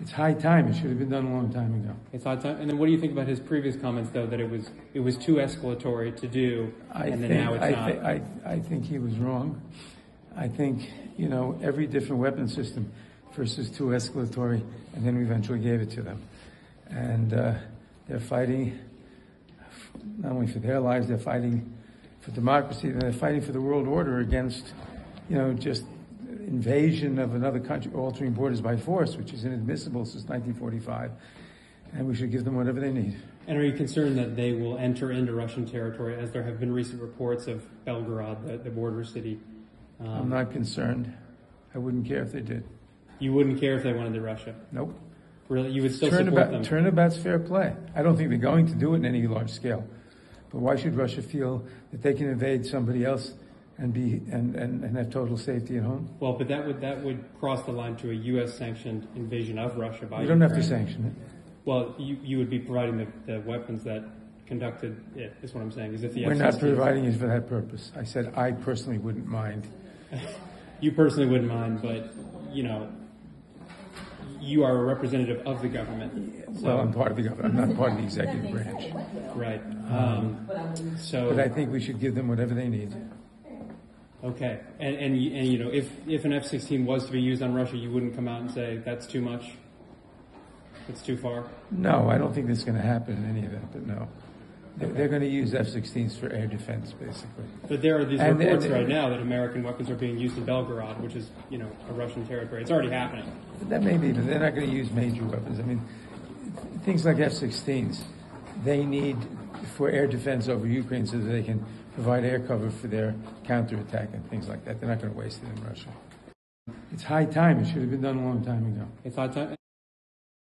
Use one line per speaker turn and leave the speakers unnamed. It's high time. It should have been done a long time ago.
It's odd time. And then what do you think about his previous comments, though, that it was it was too escalatory to do,
I
and
think,
then now it's
I,
not?
thi- I, I think he was wrong. I think, you know, every different weapon system first was too escalatory, and then we eventually gave it to them. And uh, they're fighting not only for their lives, they're fighting for democracy, and they're fighting for the world order against, you know, just invasion of another country, altering borders by force, which is inadmissible since 1945. And we should give them whatever they need.
and are you concerned that they will enter into Russian territory, as there have been recent reports of Belgorod, the, the border city? Um,
I'm not concerned. I wouldn't care if they did.
you wouldn't care if they went into Russia.
Nope.
Really, you would still support them.
Turnabout, turnabout's fair play. I don't think they're going to do it in any large scale. But why should Russia feel that they can invade somebody else and be and, and, and have total safety at home?
well, but that would that would cross the line to a U.S. sanctioned invasion of Russia by
You don't have to
Ukraine.
sanction it.
Well, you, you would be providing the, the weapons that conducted it. Is what I'm saying. Is if the
We're not
F-16s
providing it for that purpose. I said I personally wouldn't mind.
You personally wouldn't mind, but you know, you are a representative of the government,
Well, I'm part of the government. I'm not part of the executive branch.
right? Um,
uh, But I
so,
think we should give them whatever they need.
okay, and, and you- and you know, if if an F-16 was to be used on Russia, you wouldn't come out and say that's too much, it's too far.
No, I don't think that's going to happen in any event, but no. They're, they're going to use F 16s for air defense, basically.
But there are these
And-
reports
and-
right now that American weapons are being used in Belgorod, which is you know a Russian territory. It's already happening.
That may be, but they're not going to use major weapons. I mean, things like F-16s, they need for air defense over Ukraine so that they can provide air cover for their counterattack and things like that. They're not going to waste it in Russia. It's high time. It should have been done a long time ago.
It's odd time.